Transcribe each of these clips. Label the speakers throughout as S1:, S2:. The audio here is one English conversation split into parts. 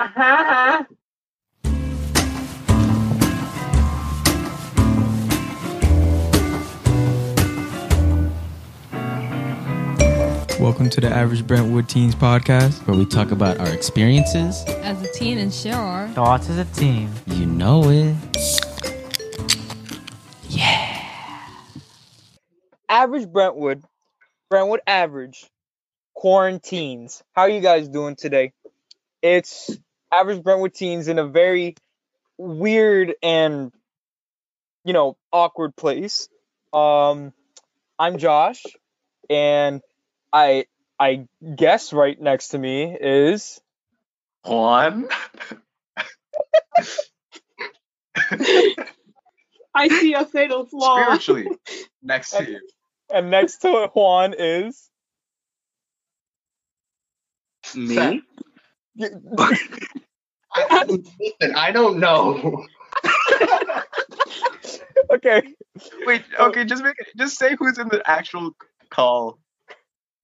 S1: Uh-huh.
S2: Welcome to the Average Brentwood Teens Podcast.
S3: where we talk about our experiences.
S4: as a teen and share our
S1: Thoughts as a team.
S3: You know it.
S1: Average Brentwood. Brentwood average. Quarantines. How are you guys doing today? It's average Brentwood teens in a very weird and you know awkward place. Um I'm Josh and I I guess right next to me is
S5: Juan?
S6: I see a fatal flaw.
S5: Spiritually next to you.
S1: and next to Juan is
S5: Seth. I, listen, I don't know.
S1: Okay.
S5: Wait, okay, just make just say who's in the actual call.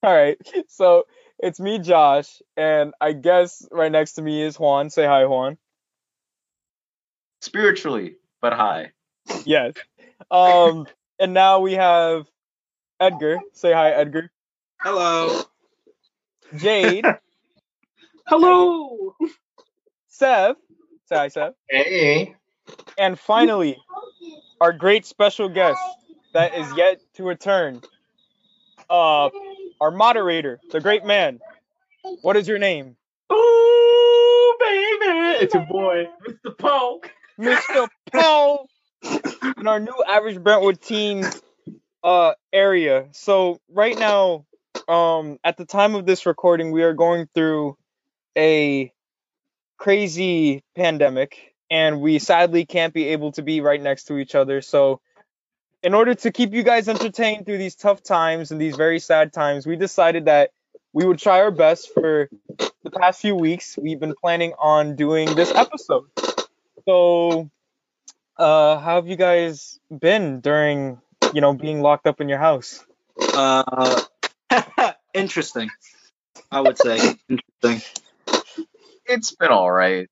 S1: All right. So it's me, Josh, and I guess right next to me is Juan. Say hi, Juan.
S5: Spiritually, but hi.
S1: Yes. Um, and now we have Edgar. Say hi, Edgar.
S7: Hello.
S1: Jade,
S6: Hello.
S1: Sev. Say hi, Sev.
S5: Hey.
S1: And finally, our great special guest that is yet to return. Uh, our moderator, the great man. What is your name?
S7: Ooh, baby. It's your boy, Mr. Polk.
S1: Mr. Paul in our new average Brentwood teen uh area. So right now, um at the time of this recording, we are going through a crazy pandemic and we sadly can't be able to be right next to each other. So in order to keep you guys entertained through these tough times and these very sad times, we decided that we would try our best for the past few weeks. We've been planning on doing this episode. So uh, how have you guys been during, you know, being locked up in your house?
S7: Uh, interesting. I would say interesting.
S5: It's been alright.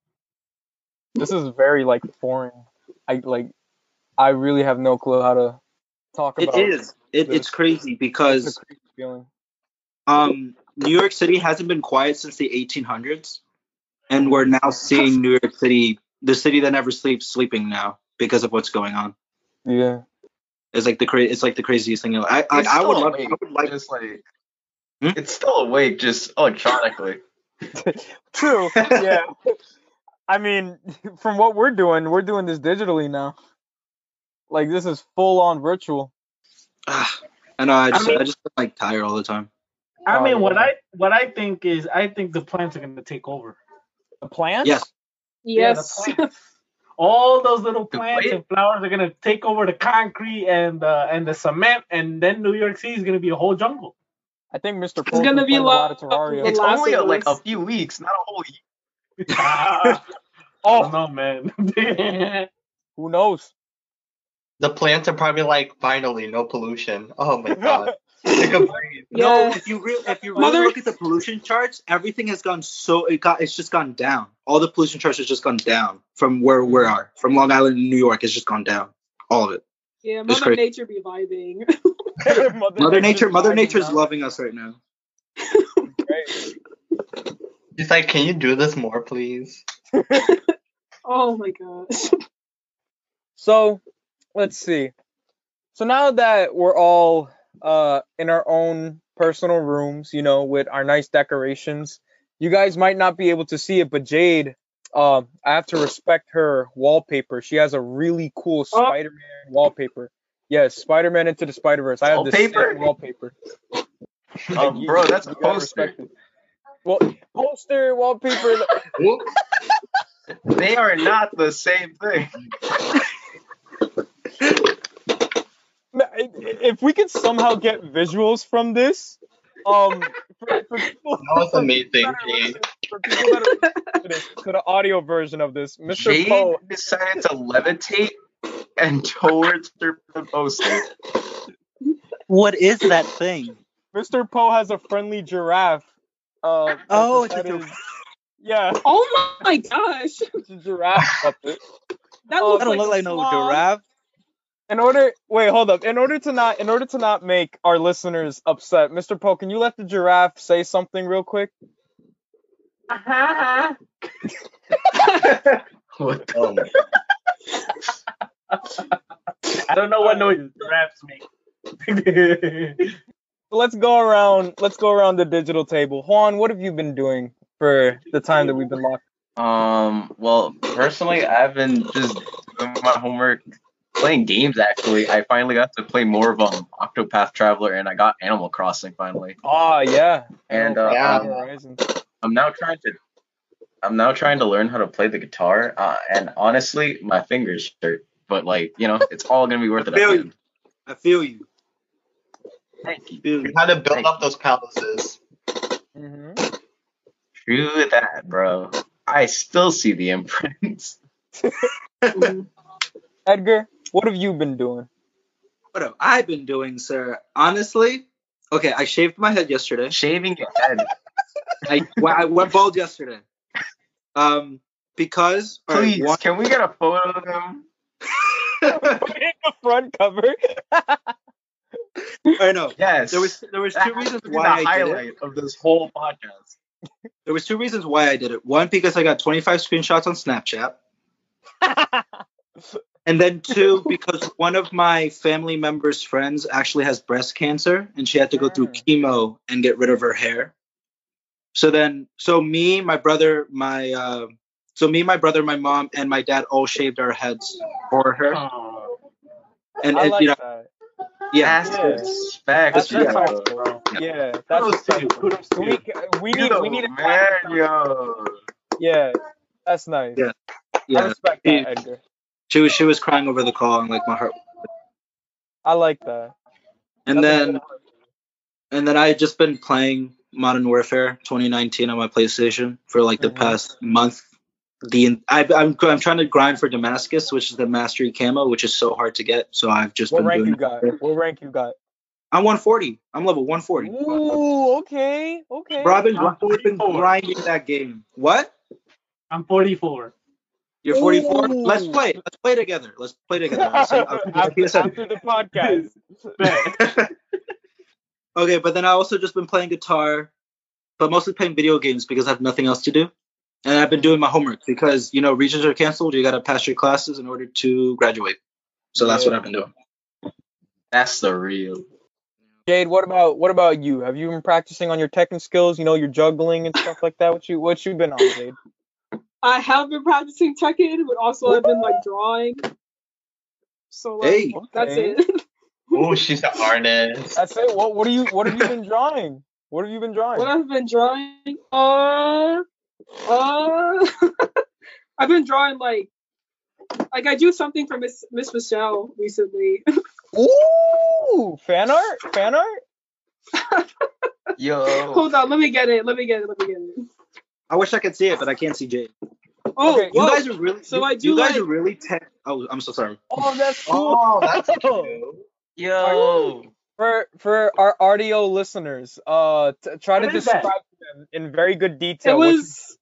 S1: This is very like foreign. I like, I really have no clue how to talk
S7: It
S1: about.
S7: is. It,
S1: this.
S7: it's crazy
S1: It's
S7: because
S1: a crazy feeling.
S7: um, New York City hasn't been quiet since the 1800s, and we're now seeing New York City, the city that never sleeps, sleeping now because of what's going on.
S1: Yeah.
S7: It's like the cra- It's like the craziest thing. I I,
S5: It's
S7: I would
S5: still
S7: love.
S5: awake,
S7: I would like.
S5: just like
S7: Hmm?
S5: it's still awake just electronically.
S1: True. Yeah. I mean, from what we're doing, we're doing this digitally now. Like this is full on virtual.
S7: Ah, I know. I just. I,
S8: mean-
S7: just feel like tired all the time.
S8: I
S1: Oh,
S8: mean, what
S1: yeah.
S8: I what I think is, I think the plants are going to take over.
S1: The plants?
S7: Yes.
S6: Yes.
S8: Yeah, the plants. All those little
S5: The
S8: plants
S5: plant-
S8: and flowers are going to take over the concrete and uh, and the cement, and then New York City is going to be a whole jungle.
S1: I think Mr.
S6: It's
S1: Paul's been
S6: gonna be
S1: playing a lot of
S6: locked up
S1: Terraria.
S6: with
S5: It's
S6: The last
S5: only
S6: of
S5: like a
S6: us.
S5: few weeks, not a whole year.
S8: I don't
S1: Oh,
S8: know, man.
S1: who knows?
S9: The plants are probably like, finally, no pollution. Oh my god. Take a breathe.
S7: No,
S6: Yeah.
S7: if you really if you really
S6: Mother-
S7: look at the pollution charts, everything has gone so it got it's just gone down. All the pollution charts has just gone down from where we are from Long Island, New York. It's just gone down, all of it.
S6: Yeah,
S7: It's
S6: Mother
S7: crazy.
S6: Nature be vibing.
S7: Mother Nature, Mother
S1: vibing
S7: Nature's
S1: out.
S7: loving us right now.
S1: Right.
S9: He's like, can you do this more, please?
S6: Oh my gosh.
S1: So let's see. So now that we're all uh, in our own personal rooms, you know, with our nice decorations, you guys might not be able to see it, but Jade, uh, I have to respect her wallpaper. She has a really cool Spider Man wallpaper. Yes, Spider Man into the Spider Verse. I have this
S5: Wallpaper?
S1: sick wallpaper.
S5: Um, bro, that's a
S1: gotta
S5: poster.
S1: respect it. Well, poster wallpaper.
S5: They are not the same thing.
S1: Ma- i- i- if we could somehow get visuals from this, um, for, for people,
S9: That was amazing,
S1: for people
S9: Jade.
S1: that are listening to, this, to the audio version of this, Mr.
S5: Jade
S1: Poe,
S5: decided to levitate and towards her poster.
S7: What is that thing?
S1: Mr. Poe has a friendly giraffe. Uh,
S7: Oh, it's a
S1: decided-
S7: giraffe.
S1: Yeah,
S6: Oh my gosh.
S1: it's a giraffe puppet.
S6: That
S1: Oh,
S4: That
S6: looks
S4: don't
S6: like
S4: look
S6: a
S4: like no
S6: sloth.
S4: giraffe.
S1: In order, wait, hold up. In order to not, in order to not make our listeners upset, Mr. Poe, can you let the giraffe say something real quick?
S8: Uh-huh.
S5: What the?
S9: Oh my
S8: I don't know what noise raps make.
S1: So let's go around. Let's go around the digital table. Juan, what have you been doing for the time that we've been locked?
S9: Um. Well, personally, I've been just doing my homework, playing games. Actually, I finally got to play more of um Octopath Traveler, and I got Animal Crossing finally.
S1: Oh yeah,
S9: And uh,
S1: yeah.
S9: um, I'm now trying to, I'm now trying to learn how to play the guitar. Uh, and honestly, my fingers hurt. But like, you know, it's all gonna be worth it. at the
S7: Really?
S9: end.
S7: I feel you.
S9: Thank you.
S7: Feel
S9: We
S7: you.
S9: had
S5: How to build up those calluses.
S1: hmm
S9: True that, bro. I still see the imprints.
S6: Mm.
S1: Edgar, what have you been doing?
S7: What have I been doing, sir? Honestly, okay, I shaved my head yesterday.
S9: Shaving your head.
S7: I, well, I went bald yesterday. Um, because all right,
S9: Please,
S7: one-
S9: can we get a photo of him?
S1: Put it in the front cover.
S7: I know
S9: Yes.
S7: there was there was
S9: That
S7: two
S9: has
S7: reasons
S9: to be
S7: why
S9: the
S7: I did it.
S9: highlight of this whole podcast.
S7: There was two reasons why I did it. One because I got 25 screenshots on Snapchat, and then two because one of my family members' friends actually has breast cancer, and she had to go through
S1: Mm.
S7: chemo and get rid of her hair. So then, so me, my brother, my uh, so me, my brother, my mom, and my dad all shaved our heads for her,
S8: Oh,
S7: and,
S1: I
S7: and
S1: like
S7: you know,
S1: that.
S7: yeah,
S9: That's
S1: Yeah.
S9: respect,
S1: That's
S7: Yeah.
S9: bro.
S1: respectful. Yeah, that's
S8: Kudos to you.
S1: respectful.
S8: Kudos to
S1: We
S8: you.
S1: we
S9: You
S1: need
S9: the
S1: we need a
S9: man,
S1: clap.
S9: yo.
S1: Yeah, that's nice.
S7: Yeah,
S1: I
S7: yeah.
S1: respect
S7: She,
S1: that, Edgar.
S7: she was she was crying over the call, and like my heart.
S1: I like that.
S7: And
S1: That's a
S7: then
S1: good
S7: and then I had just been playing Modern Warfare 2019 on my PlayStation for like the
S1: Mhm.
S7: past month. The I, I'm I'm trying to grind for Damascus, which is the mastery camo, which is so hard to get. So I've just
S1: What
S7: been
S1: rank
S7: doing.
S1: you
S7: it.
S1: got? What rank you got?
S7: I'm 140. I'm level 140.
S1: Ooh, okay, okay.
S7: Bro, I've been,
S8: I'm
S7: I've been
S8: 44.
S7: grinding that game. What?
S8: I'm 44.
S7: You're 44?
S1: Ooh.
S7: Let's play. Let's play together. Let's play together. I'll send- I'll send you my
S1: after,
S7: PSN.
S1: after the podcast.
S8: Bet.
S7: Okay, but then I also just been playing guitar, but mostly playing video games because I have nothing else to do. And I've been doing my homework because you know regions are canceled. You gotta pass your classes in order to graduate. So that's what I've been doing.
S9: That's the real.
S1: Jade, what about what about you? Have you been practicing on your technical skills? You know, your juggling and stuff like that. What you what you been on, Jade?
S6: I have been practicing Tekken, but also I've been like drawing. So like
S7: Hey,
S6: that's
S1: Okay.
S6: it.
S9: Oh, she's an artist.
S1: That's it. What what are you what have you been drawing? What have you been drawing?
S6: what I've been drawing, uh, uh, I've been drawing like, like I do something for Miss Miss Michelle recently.
S1: Ooh, fan art, fan art.
S9: Yo.
S7: Oh.
S6: Hold on, let me get it. Let me get it. Let me get it.
S7: I wish I could see it, but I can't see Jade.
S6: Oh,
S1: Okay,
S7: You
S6: whoa.
S7: guys are really.
S6: So
S7: you,
S6: I do
S7: you guys
S6: like-
S7: are really tech. Oh, I'm so sorry.
S1: Oh, that's
S7: Uh-huh.
S1: cool.
S9: Oh, that's cool. Yo.
S1: For for our audio listeners, uh, t- try to
S8: What is that?
S1: describe them in very good detail.
S6: it
S1: what you-
S6: was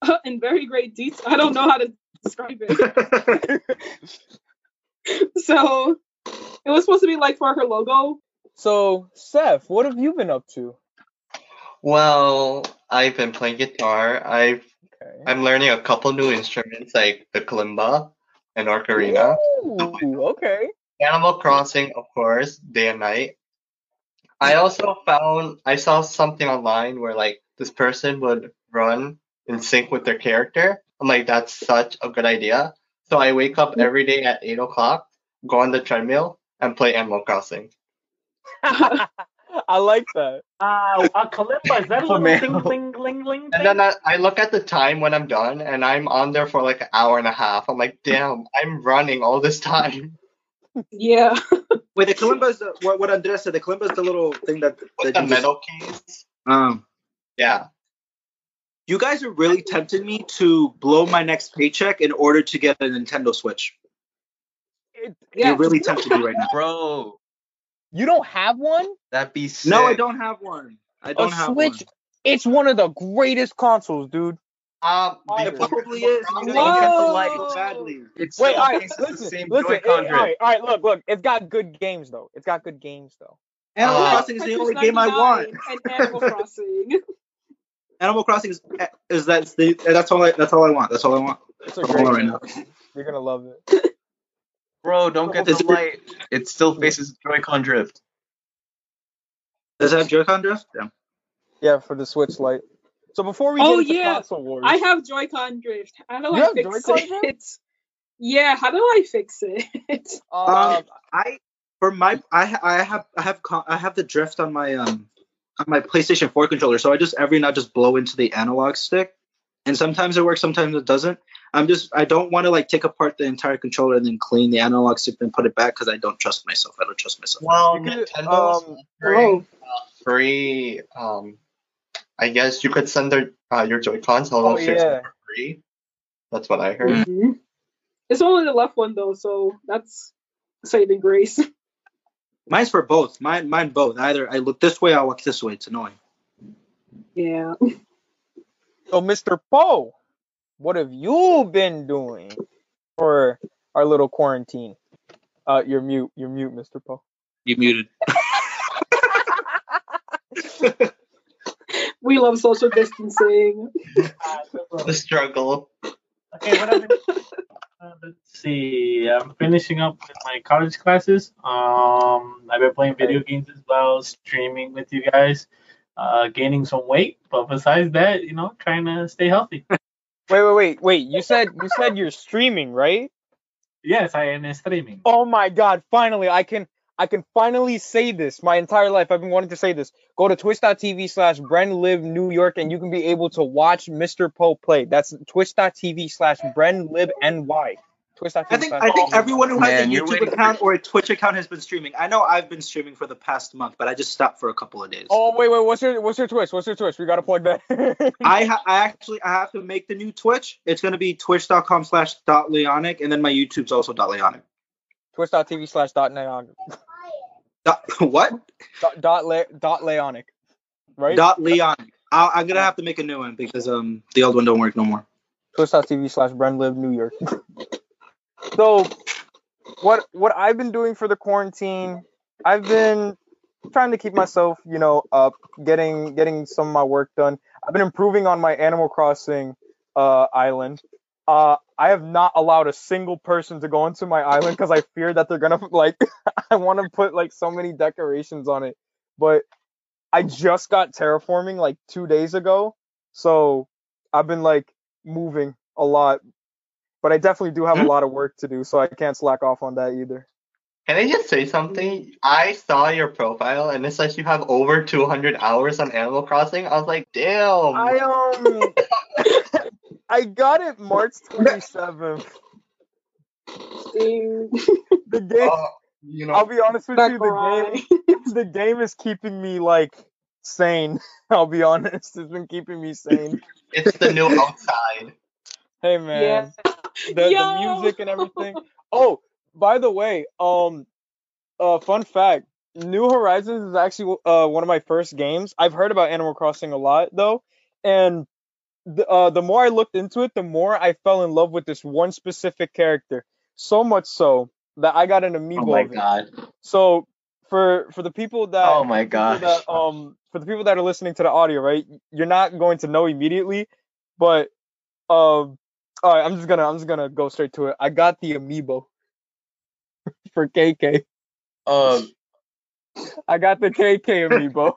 S6: in very great detail. I don't know how to describe it. so it was supposed to be like for her logo.
S1: so, Seth, what have you been up to?
S9: Well, I've been playing guitar. I've
S1: Okay.
S9: I'm learning a couple new instruments like the kalimba and ocarina.
S1: Ooh, okay.
S9: Animal Crossing, of course, day and night. I also found I saw something online where like this person would run in sync with their character. I'm like, that's such a good idea. So I wake up every day at eight o'clock, go on the treadmill, and play Animal Crossing.
S1: I like that.
S8: Uh, a kalimba, is that a
S9: Oh,
S8: little
S9: man.
S8: ting, ling, ling, ling
S9: And
S8: thing?
S9: then I, I look at the time when I'm done, and I'm on there for like an hour and a half. I'm like, damn, I'm running all this time.
S6: Yeah.
S7: Wait, the kalimba is the, what, what Andres said. The kalimba is the little thing that that
S9: With the
S7: you just-
S9: metal keys.
S7: Um,
S9: Yeah.
S7: you guys are really tempting me to blow my next paycheck in order to get a Nintendo Switch.
S1: It,
S6: Yeah.
S7: You're really tempting me right now.
S9: Bro,
S1: you don't have one?
S9: that'd be sick.
S7: No, I don't have one. I don't
S1: a
S7: have
S1: Switch. It's one of the greatest consoles, dude.
S9: Um,
S1: Alright,
S9: the-
S1: it
S7: probably is.
S9: Whoa!
S7: You
S6: Whoa!
S7: badly.
S5: It's
S1: Wait,
S5: still
S1: all right,
S5: tastes the
S1: listen,
S5: same
S1: listen, it- all
S5: Joy-Con drip.
S1: right, all right, look, look, it's got good games though. It's got good games though.
S7: Animal
S9: Uh,
S7: Crossing is the only game I want.
S6: 99 And Animal Crossing.
S7: Animal Crossing is eh, is that's the that's all I that's all I want. That's all I want.
S1: It's a
S7: I'm
S1: great
S7: on right
S1: game.
S7: now.
S1: You're gonna love it.
S5: Bro, don't get
S7: Is
S5: the
S7: it-
S5: light. It still faces Joy-Con drift.
S7: Does it have Joy-Con drift?
S6: Um,
S7: Damn.
S1: Yeah, for the Switch Lite. So before we
S6: Oh,
S1: get into
S6: yeah.
S1: console wars,
S6: I have Joy-Con drift. How do
S1: You
S6: I
S1: have
S6: fix
S1: Joy-Con
S6: it? Yeah, how do I fix it?
S1: uh,
S7: Um, I for my I I have I have con- I have the drift on my um on my PlayStation 4 controller, so I just every now just blow into the analog stick, and sometimes it works, sometimes it doesn't. I'm just I don't want to like take apart the entire controller and then clean the analog stick and put it back because I don't trust myself. I don't trust myself.
S9: Well,
S1: You could,
S9: Nintendo's
S1: um,
S7: Oh.
S9: offering uh, free. Um, I guess you could send their uh, your Joy Cons all
S1: oh
S9: those six
S1: yeah,
S9: for free. That's what I heard.
S3: Mm.
S6: Mhm. It's only the left one though, so that's saving grace.
S7: Mine's for both. Mine mine both. Either I look this way, I walk this way. It's annoying.
S6: Yeah.
S1: so Mr. Poe, what have you been doing for our little quarantine? Uh, you're mute. You're mute, Mr. Poe.
S7: You muted.
S6: We love social distancing.
S9: The struggle.
S8: Uh, Okay, what I've been- uh, let's see. I'm finishing up with my college classes. Um, I've been playing video games as well, streaming with you guys, uh, gaining some weight. But besides that, you know, trying to stay healthy.
S1: Wait, wait, wait, wait. You said you said you're streaming, right?
S8: Yes, I am streaming.
S1: Oh my god, finally I can I can finally say this. My entire life I've been wanting to say this. Go to twitch.tv slash Live New York and you can be able to watch Mr. Poe play. That's twitch.tv slash Live NY. Twitch.tv
S7: I think
S1: slash
S7: I think everyone who has
S5: Man,
S7: a
S5: you're
S7: YouTube
S5: waiting
S7: account
S5: for-
S7: or a Twitch account has been streaming. I know I've been streaming for the past month, but I just stopped for a couple of days.
S1: Oh wait, wait, what's your what's your Twitch? What's your Twitch? We gotta plug that.
S7: I ha- I actually I have to make the new Twitch. It's gonna be twitch.com slash dot leonic and then my YouTube's also dot leonic.
S1: twitch.tv slash dot neonic.
S7: Dot, what?
S1: Dot dot, le, dot leonic. Right?
S7: Dot leonic. I- I'm gonna have to make a new one because um the old one don't work no more.
S1: twitch.tv slash Live New York. so what what I've been doing for the quarantine, I've been trying to keep myself, you know, up, getting getting some of my work done. I've been improving on my Animal Crossing uh, island. Uh, I have not allowed a single person to go into my island because I fear that they're gonna like. I want to put like so many decorations on it, but I just got terraforming like two days ago, so I've been like moving a lot. But I definitely do have a lot of work to do, so I can't slack off on that either.
S9: Can I just say something? I saw your profile and it says you have over 200 hours on Animal Crossing. I was like, damn.
S1: I um, I got it March twenty seventh.
S6: Ding.
S1: The game.
S9: Uh, you know,
S1: I'll be honest with you. The game.
S6: Sakurai.
S1: the game is keeping me like sane. I'll be honest, it's been keeping me sane.
S9: it's the new outside.
S3: Oh
S1: Hey man, the, the
S6: Yo!
S1: music and everything. Oh, by the way, um, uh, fun fact: New Horizons is actually uh one of my first games. I've heard about Animal Crossing a lot though, and the uh the more I looked into it, the more I fell in love with this one specific character. So much so that I got an amiibo.
S5: Oh my
S1: of it.
S5: god.
S1: So for for the people that
S5: Oh my
S1: people
S5: gosh.
S1: that, um for the people that are listening to the audio, right? You're not going to know immediately, but um all right, I'm just gonna I'm just gonna go straight to it. I got the amiibo for KK.
S5: Um,
S1: I got the KK amiibo.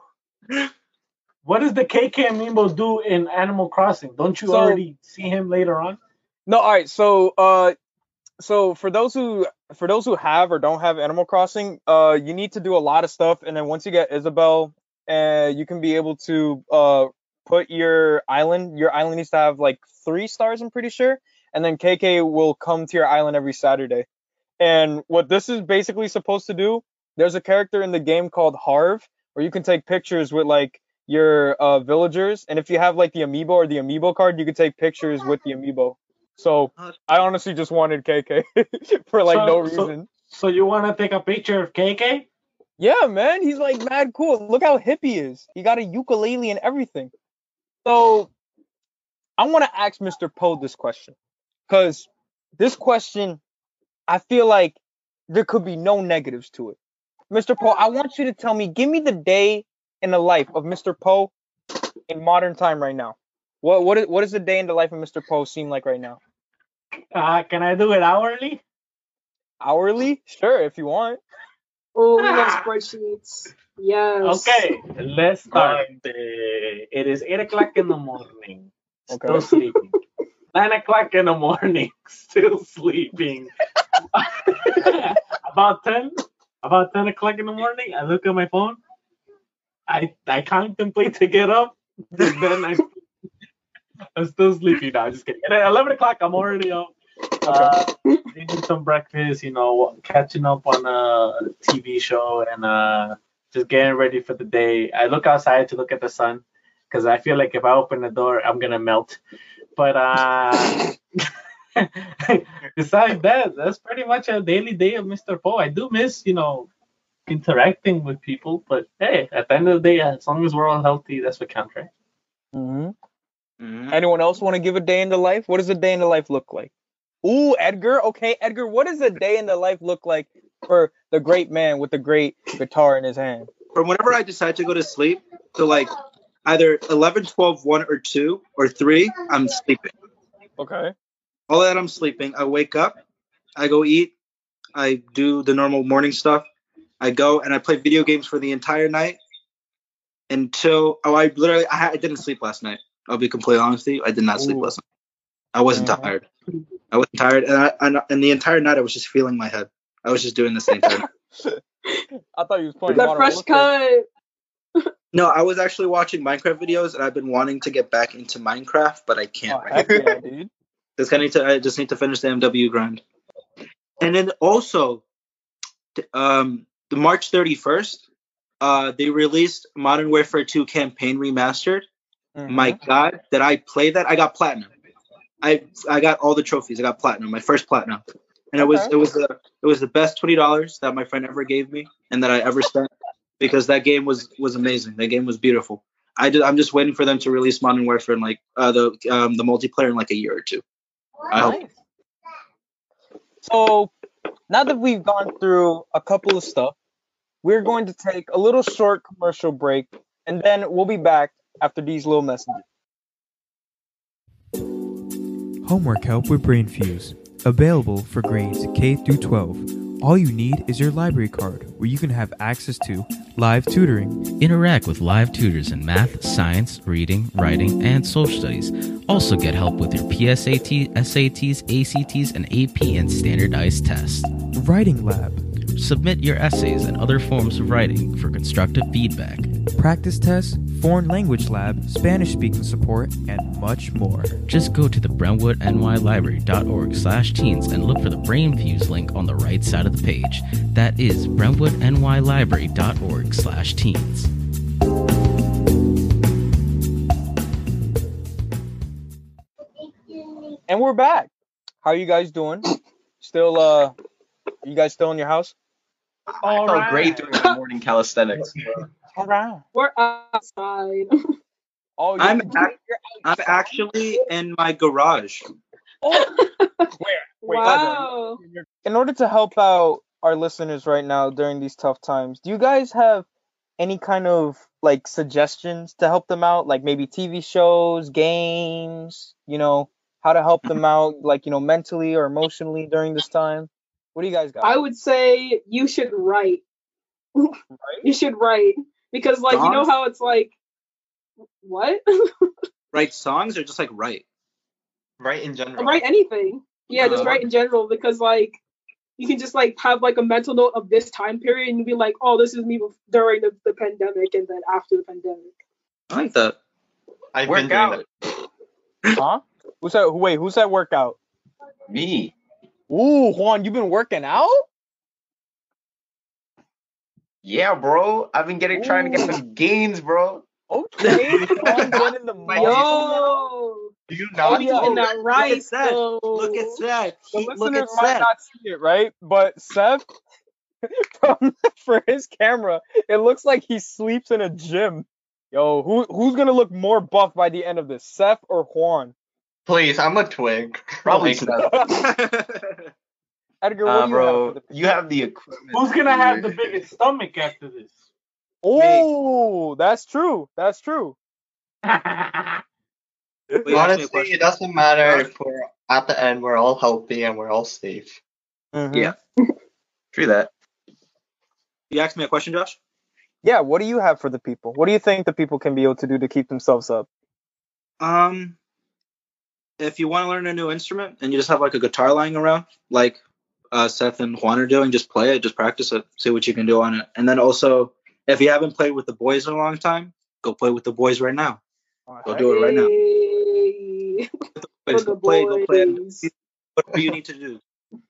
S8: What does the KK Amiibo do in Animal Crossing? Don't you
S1: So-
S8: already see him later on?
S1: No, all right. So, uh, so for those who for those who have or don't have Animal Crossing, uh, you need to do a lot of stuff, and then once you get Isabel, uh, you can be able to uh put your island. Your island needs to have like three stars, I'm pretty sure, and then KK will come to your island every Saturday. And what this is basically supposed to do, there's a character in the game called Harv, where you can take pictures with like your uh villagers, and if you have like the amiibo or the amiibo card, you can take pictures with the amiibo. So I honestly just wanted KK for like
S8: So-
S1: no
S8: so-
S1: reason.
S8: So you want to take a picture of KK?
S1: Yeah, man, he's like mad cool. Look how hip he is. He got a ukulele and everything. So I want to ask Mr. Poe this question because this question, I feel like there could be no negatives to it. Mr. Poe, I want you to tell me, give me the day in the life of Mr. Poe in modern time right now. What what is what does the day in the life of Mr. Poe seem like right now?
S8: Uh, can I do it hourly?
S1: Hourly? Sure, if you want.
S6: Oh, we love spreadsheets. Yes.
S8: Okay, let's start. Uh, it is 8 o'clock in the morning. Still sleeping. 9 o'clock in the morning. Still sleeping. about 10, about 10 o'clock in the morning, I look at my phone. I, I contemplate to get up. And then I, I'm still sleepy now. Just kidding. And at 11 o'clock, I'm already up. Uh, eating some breakfast, you know, catching up on a TV show and uh, just getting ready for the day. I look outside to look at the sun because I feel like if I open the door, I'm gonna melt. But uh, besides that, that's pretty much a daily day of Mr. Poe. I do miss, you know, interacting with people, but hey, at the end of the day, as long as we're all healthy, that's what counts, right?
S1: hmm
S7: Mhm.
S1: Anyone else want to give a day in the life? What does a day in the life look like? Ooh, Edgar. Okay, Edgar. What does a day in the life look like for the great man with the great guitar in his hand?
S7: From whenever I decide to go to sleep to like either 11, 12, 1 or 2 or 3, I'm sleeping.
S1: Okay.
S7: All that I'm sleeping, I wake up, I go eat, I do the normal morning stuff. I go and I play video games for the entire night until oh I literally I, ha- I didn't sleep last night. I'll be completely honest with you. I did not sleep
S1: Ooh.
S7: last night. I wasn't
S1: Mhm.
S7: tired. I wasn't tired, and, I, and, and the entire night I was just feeling my head. I was just doing this the entire night.
S1: I thought you was playing.
S6: The
S1: Modern
S6: fresh
S1: Warfare.
S6: cut.
S7: No, I was actually watching Minecraft videos, and I've been wanting to get back into Minecraft, but I can't
S1: Oh,
S7: right now.
S1: heck yeah, dude.
S7: Just gonna need to. I just need to finish the MW grind, and then also, t- um, the March thirty first, uh, they released Modern Warfare two campaign remastered.
S1: Mhm.
S7: My God, did I play that? I got platinum. I I got all the trophies. I got platinum. My first platinum, and it was
S1: Okay.
S7: it was the it was the best twenty dollars that my friend ever gave me and that I ever spent because that game was was amazing. That game was beautiful. I did, I'm just waiting for them to release Modern Warfare in like uh, the um, the multiplayer in like a year or two. I hope.
S1: Nice. So now that we've gone through a couple of stuff, we're going to take a little short commercial break, and then we'll be back after these little messages.
S2: Homework help with BrainFuse, available for grades K through 12. All you need is your library card, where you can have access to live tutoring,
S3: Interact with live tutors in math, science, reading, writing, and social studies. Also, get help with your PSAT, SATs, ACTs, and AP and standardized tests.
S2: writing lab,
S3: Submit your essays and other forms of writing for constructive feedback.
S2: practice tests, foreign language lab, Spanish speaking support, and much more.
S3: Just go to the BrentwoodNYLibrary.org slash teens and look for the BrainFuse link on the right side of the page. That is BrentwoodNYLibrary.org slash teens.
S1: And we're back. How you guys doing? Still, uh, you guys still in your house?
S8: All
S5: I felt great doing the morning calisthenics.
S1: All right.
S6: We're outside.
S1: Oh, you-
S7: I'm ac-
S1: you're
S7: I'm
S1: outside?
S7: actually in my garage.
S1: Oh. Wait,
S6: wow.
S1: in order to help out our listeners right now during these tough times, do you guys have any kind of like suggestions to help them out? Like maybe TV shows, games, you know, how to help them out, like, you know, mentally or emotionally during this time? What do you guys got?
S6: I would say you should write. You should write because, like, you know
S7: Songs?
S6: how it's like, what?
S7: Write songs or just like write.
S9: Right in general.
S6: write anything. Yeah, just
S7: Uh,
S6: write in general because, like, you can just like have like a mental note of this time period and be like, oh, this is me bef- during the, the pandemic and then after the pandemic.
S7: I like that.
S9: I've been
S5: Work
S9: doing
S5: out.
S9: that.
S1: Huh? Who's that? Wait, who's that workout?
S5: Me.
S1: Ooh, Juan, you've been working out?
S5: Yeah, bro. I've been getting trying to get
S1: Ooh.
S5: some gains, bro.
S1: Okay. Juan getting the
S9: My
S1: muscle now?
S6: Yo,
S9: Do you
S6: oh,
S9: not?
S6: we
S1: yo,
S6: eating that rice
S7: that.
S6: though.
S7: Look at that.
S1: oh, The
S7: He- look at
S1: listeners might
S7: that.
S1: not see it, right? But Seth, from for his camera, it looks like he sleeps in a gym. Yo, who who's gonna look more buff by the end of this, Seth or Juan?
S9: Please, I'm a twig.
S5: Probably so.
S1: Edgar, what do you
S5: Uh,
S1: have for
S5: bro,
S1: the-
S5: you have the equipment.
S8: Who's gonna have the
S5: dude.
S8: biggest stomach after this?
S1: Oh, that's true. That's true.
S7: Wait, ask me a
S9: Honestly,
S7: question.
S9: it doesn't matter if we're at the end, we're all healthy and we're all safe.
S5: Yeah. True that.
S7: You asked me a question, Josh.
S1: Yeah, what do you have for the people? What do you think the people can be able to do to keep themselves up?
S7: Um, if you want to learn a new instrument and you just have like a guitar lying around, like uh, Seth and Juan are doing, just play it, just practice it, see what you can do on it. And then also, if you haven't played with the boys in a long time, go play with the boys right now. Go do it right now.
S6: Hey,
S7: Please,
S6: for
S7: go
S6: the
S7: play, go play. it.
S6: boys.
S7: Whatever you need to do.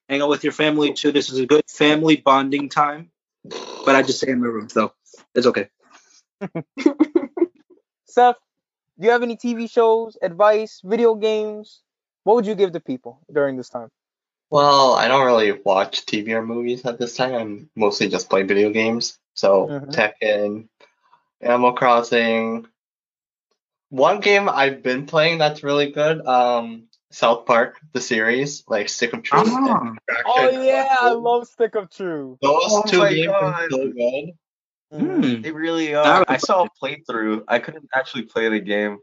S7: Hang out with your family too. This is a good family bonding time. But I just stay in my room, so it's okay.
S1: Seth, do you have any TV shows, advice, video games? What would you give the people during this time?
S9: Well, I don't really watch TV or movies at this time. I mostly just play video games. So
S1: Mhm.
S9: Tekken, Animal Crossing. One game I've been playing that's really good, um, South Park, the series, like Stick of Truth. and
S7: Ah.
S9: Fractured
S1: Oh yeah, I
S9: Classroom.
S1: love Stick of True.
S9: Those
S5: Oh
S9: two
S5: my
S9: games are
S5: God.
S9: so good.
S7: Hmm.
S5: They really
S7: Now
S5: are.
S7: I
S5: I saw a playthrough. I couldn't actually play the game.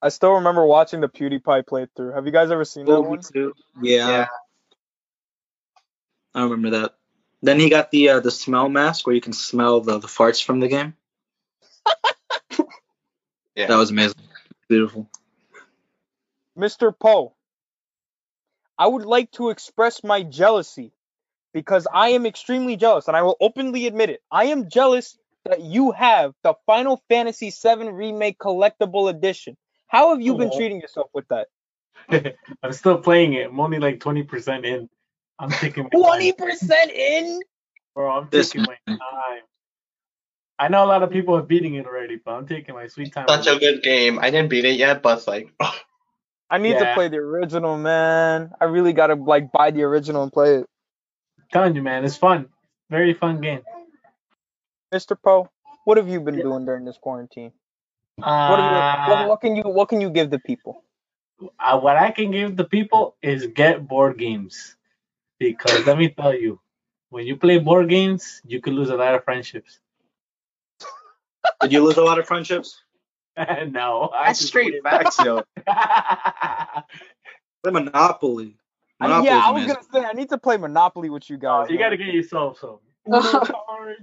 S1: I still remember watching the PewDiePie playthrough. Have you guys ever seen that
S7: Oh, me
S1: one?
S7: too. Yeah,
S9: Yeah.
S7: I remember that. Then he got the uh, the smell mask where you can smell the, the farts from the game.
S9: Yeah.
S7: That was amazing. Beautiful.
S1: Mr. Poe, I would like to express my jealousy because I am extremely jealous and I will openly admit it. I am jealous that you have the Final Fantasy VII Remake Collectible Edition. How have you been
S8: Aw.
S1: treating yourself with that?
S8: I'm still playing it. I'm only like 20% in. I'm taking my time,
S1: 20% in?
S8: bro. I'm
S7: This
S8: taking my time. I know a lot of people are beating it already, but I'm taking my sweet time.
S9: Such a good game. I didn't beat it yet, but it's like
S1: I need to
S8: Yeah.
S1: play the original, man. I really gotta like buy the original and play it.
S8: telling you, man, it's fun. Very fun game.
S1: Mr. Poe, what have you been doing during this quarantine? What, are your,
S8: Uh,
S1: what, what can you what can you give the people?
S8: uh, what I can give the people is get board games. Because let me tell you, when you play board games, you could lose a lot of friendships.
S7: Did you lose a lot of friendships?
S8: no. I
S5: That's
S8: just
S5: straight facts, yo.
S7: The Monopoly.
S1: I,
S7: Monopoly
S1: yeah, I was
S7: amazing.
S1: gonna say I need to play Monopoly with you guys.
S8: Oh, you
S1: man.
S8: got to get yourself some.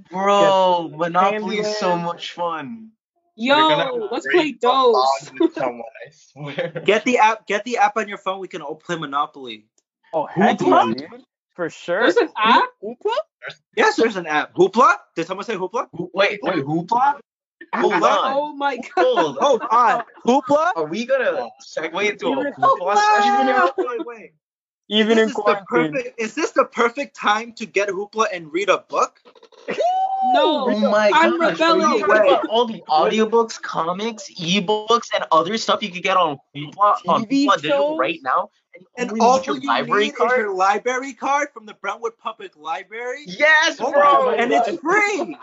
S5: Bro,
S8: Get-
S5: Monopoly is so
S8: Candyland.
S5: much fun.
S9: you're gonna
S6: Yo,
S9: have
S6: let's
S9: a
S6: play
S9: great bond
S6: Dose.
S9: with someone, I swear.
S7: Get the app. Get the app on your phone. We can all play Monopoly.
S1: Oh heck yeah,
S8: Hoopla?
S1: dude. For sure.
S6: There's an app.
S1: Hoopla?
S7: Yes, there's an app. Hoopla? Did someone say Hoopla?
S5: Who- Wait, wait, Hoopla? Hold on.
S6: Oh my god.
S5: Hold
S7: Hold on.
S1: Hoopla?
S5: Are we gonna segue into a
S1: Even-
S5: Hoopla session?
S7: Wait, wait. This
S1: Even in
S7: is the
S1: quarantine.
S7: perfect. Is this the perfect time to get Hoopla and read a book?
S6: No.
S5: Oh my
S6: I'm
S5: gosh, are you
S6: rebelling.
S5: aware of all the audiobooks, comics, ebooks, and other stuff you could get on Hoopla, on
S1: TV
S5: Hoopla Digital
S1: shows?
S5: right now?
S7: And
S5: only
S7: all
S5: need your
S7: you
S5: library
S7: need is
S5: card?
S7: your library card from the Brentwood Public Library.
S5: Yes,
S7: Oh my
S5: bro!
S7: God. and it's free.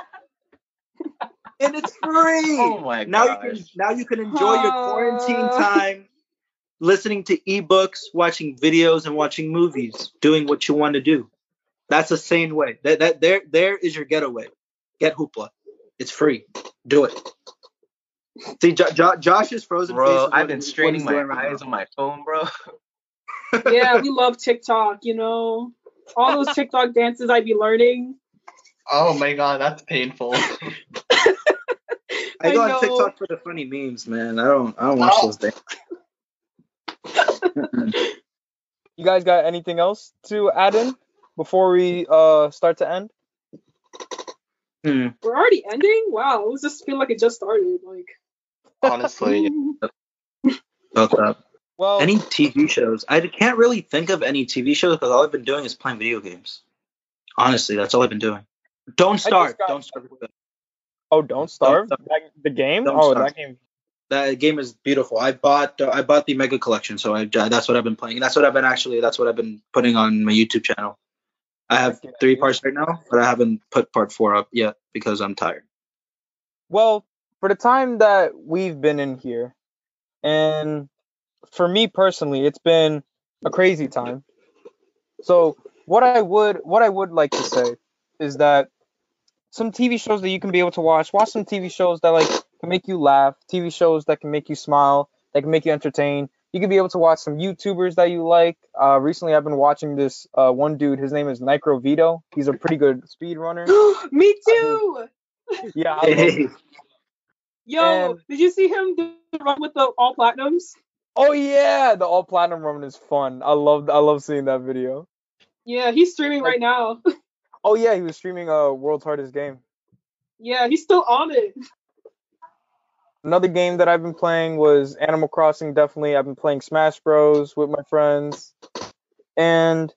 S7: and it's free.
S5: Oh my
S7: now
S5: gosh.
S7: you can now you can enjoy your quarantine
S6: Ah.
S7: time listening to ebooks, watching videos and watching movies, doing what you want to do. That's a sane way. That that there there is your getaway. Get Hoopla. It's free. Do it. See, jo- jo- Josh's frozen face. is
S5: Bro,
S7: what-
S5: I've been
S7: what he's
S5: straining my
S7: doing right
S5: eyes
S7: now.
S5: on my phone, bro.
S6: yeah, we love TikTok, you know. All those TikTok dances I be learning.
S9: Oh my god, that's painful.
S7: I
S6: I
S7: go on
S6: know.
S7: TikTok for the funny memes, man. I don't. I don't watch
S9: Oh.
S7: those things.
S1: You guys got anything else to add in before we uh start to end?
S7: Hmm.
S6: We're already ending? Wow, it was just feel like it just started. Like
S9: Honestly.
S7: About that.
S1: Well
S7: Any TV shows? I can't really think of any TV shows because all I've been doing is playing video games. Honestly, that's all I've been doing. Don't starve.
S1: got-
S7: don't starve.
S1: Oh don't
S7: Don't Starve.
S1: starve? That, the game?
S7: Don't
S1: oh
S7: Starve.
S1: that game
S7: That game is beautiful. I bought uh, I bought the Mega Collection, so I uh, that's what I've been playing. That's what I've been actually. That's what I've been putting on my YouTube channel. I have
S1: Heck yeah,
S7: three
S1: dude.
S7: parts right now, but I haven't put part four up yet because I'm tired.
S1: Well, for the time that we've been in here, and for me personally, it's been a crazy time. So what I would what I would like to say is that some TV shows that you can be able to watch, watch some TV shows that like can make you laugh, TV shows that can make you smile, that can make you entertain. You can be able to watch some YouTubers that you like. Uh, recently, I've been watching this uh, one dude. His name is Nicro Vito. He's a pretty good speed runner.
S5: Um,
S6: Me too.
S1: Yeah, I love
S7: Hey,
S6: Yo,
S1: And-
S6: did you see him do the run with the all platinums?
S1: Oh yeah, the all platinum run is fun. I love I love seeing that video.
S6: Yeah, he's streaming right now.
S1: Oh yeah, he was streaming uh World's Hardest Game.
S6: Yeah, he's still on it.
S1: Another game that I've been playing was Animal Crossing. Definitely, I've been playing Smash Bros with my friends, and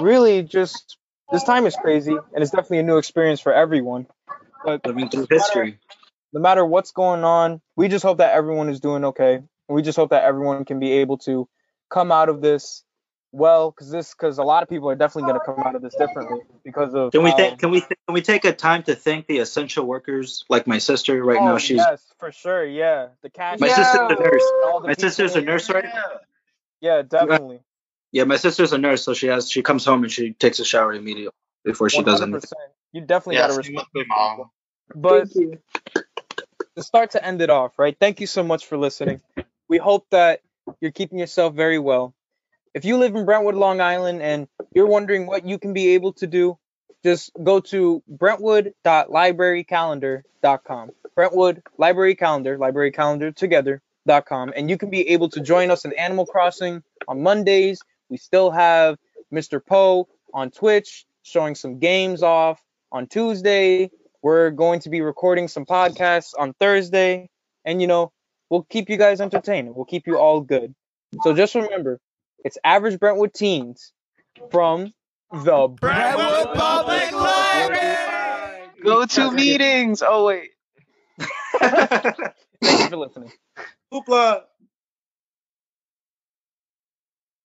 S1: really just this time is crazy, and it's definitely a new experience for everyone.
S7: living through history.
S1: No matter what's going on, we just hope that everyone is doing okay. We just hope that everyone can be able to come out of this well, because this because a lot of people are definitely going to come out of this differently because of
S7: Can we
S1: how-
S7: thank? Can we? Can we take a time to thank the essential workers, like my sister right now?
S1: Oh,
S7: She's
S1: yes, for sure. Yeah, the cash.
S7: my
S6: Yeah.
S7: sister's a nurse.
S1: all the
S7: My
S1: people-
S7: sister's a nurse, right?
S1: Yeah, definitely.
S7: Yeah, my sister's a nurse, so she has. She comes home and she takes a shower immediately before she does
S1: 100%.
S7: anything.
S1: You definitely
S9: Yeah,
S1: gotta
S9: same
S1: respect.
S9: with my mom.
S1: But
S6: Thank you.
S1: to start to end it off, right? Thank you so much for listening. We hope that you're keeping yourself very well. If you live in Brentwood, Long Island, and you're wondering what you can be able to do, just go to brentwood.librarycalendar.com. Brentwood Library Calendar, Library Calendar together, dot com, and you can be able to join us in Animal Crossing on Mondays. We still have Mr. Poe on Twitch showing some games off on Tuesday. We're going to be recording some podcasts on Thursday, and you know, we'll keep you guys entertained. We'll keep you all good. So just remember, it's average Brentwood teens from the Brentwood Public Library.
S4: Go to meetings. Oh wait.
S1: Thank you for listening.
S7: Hoopla.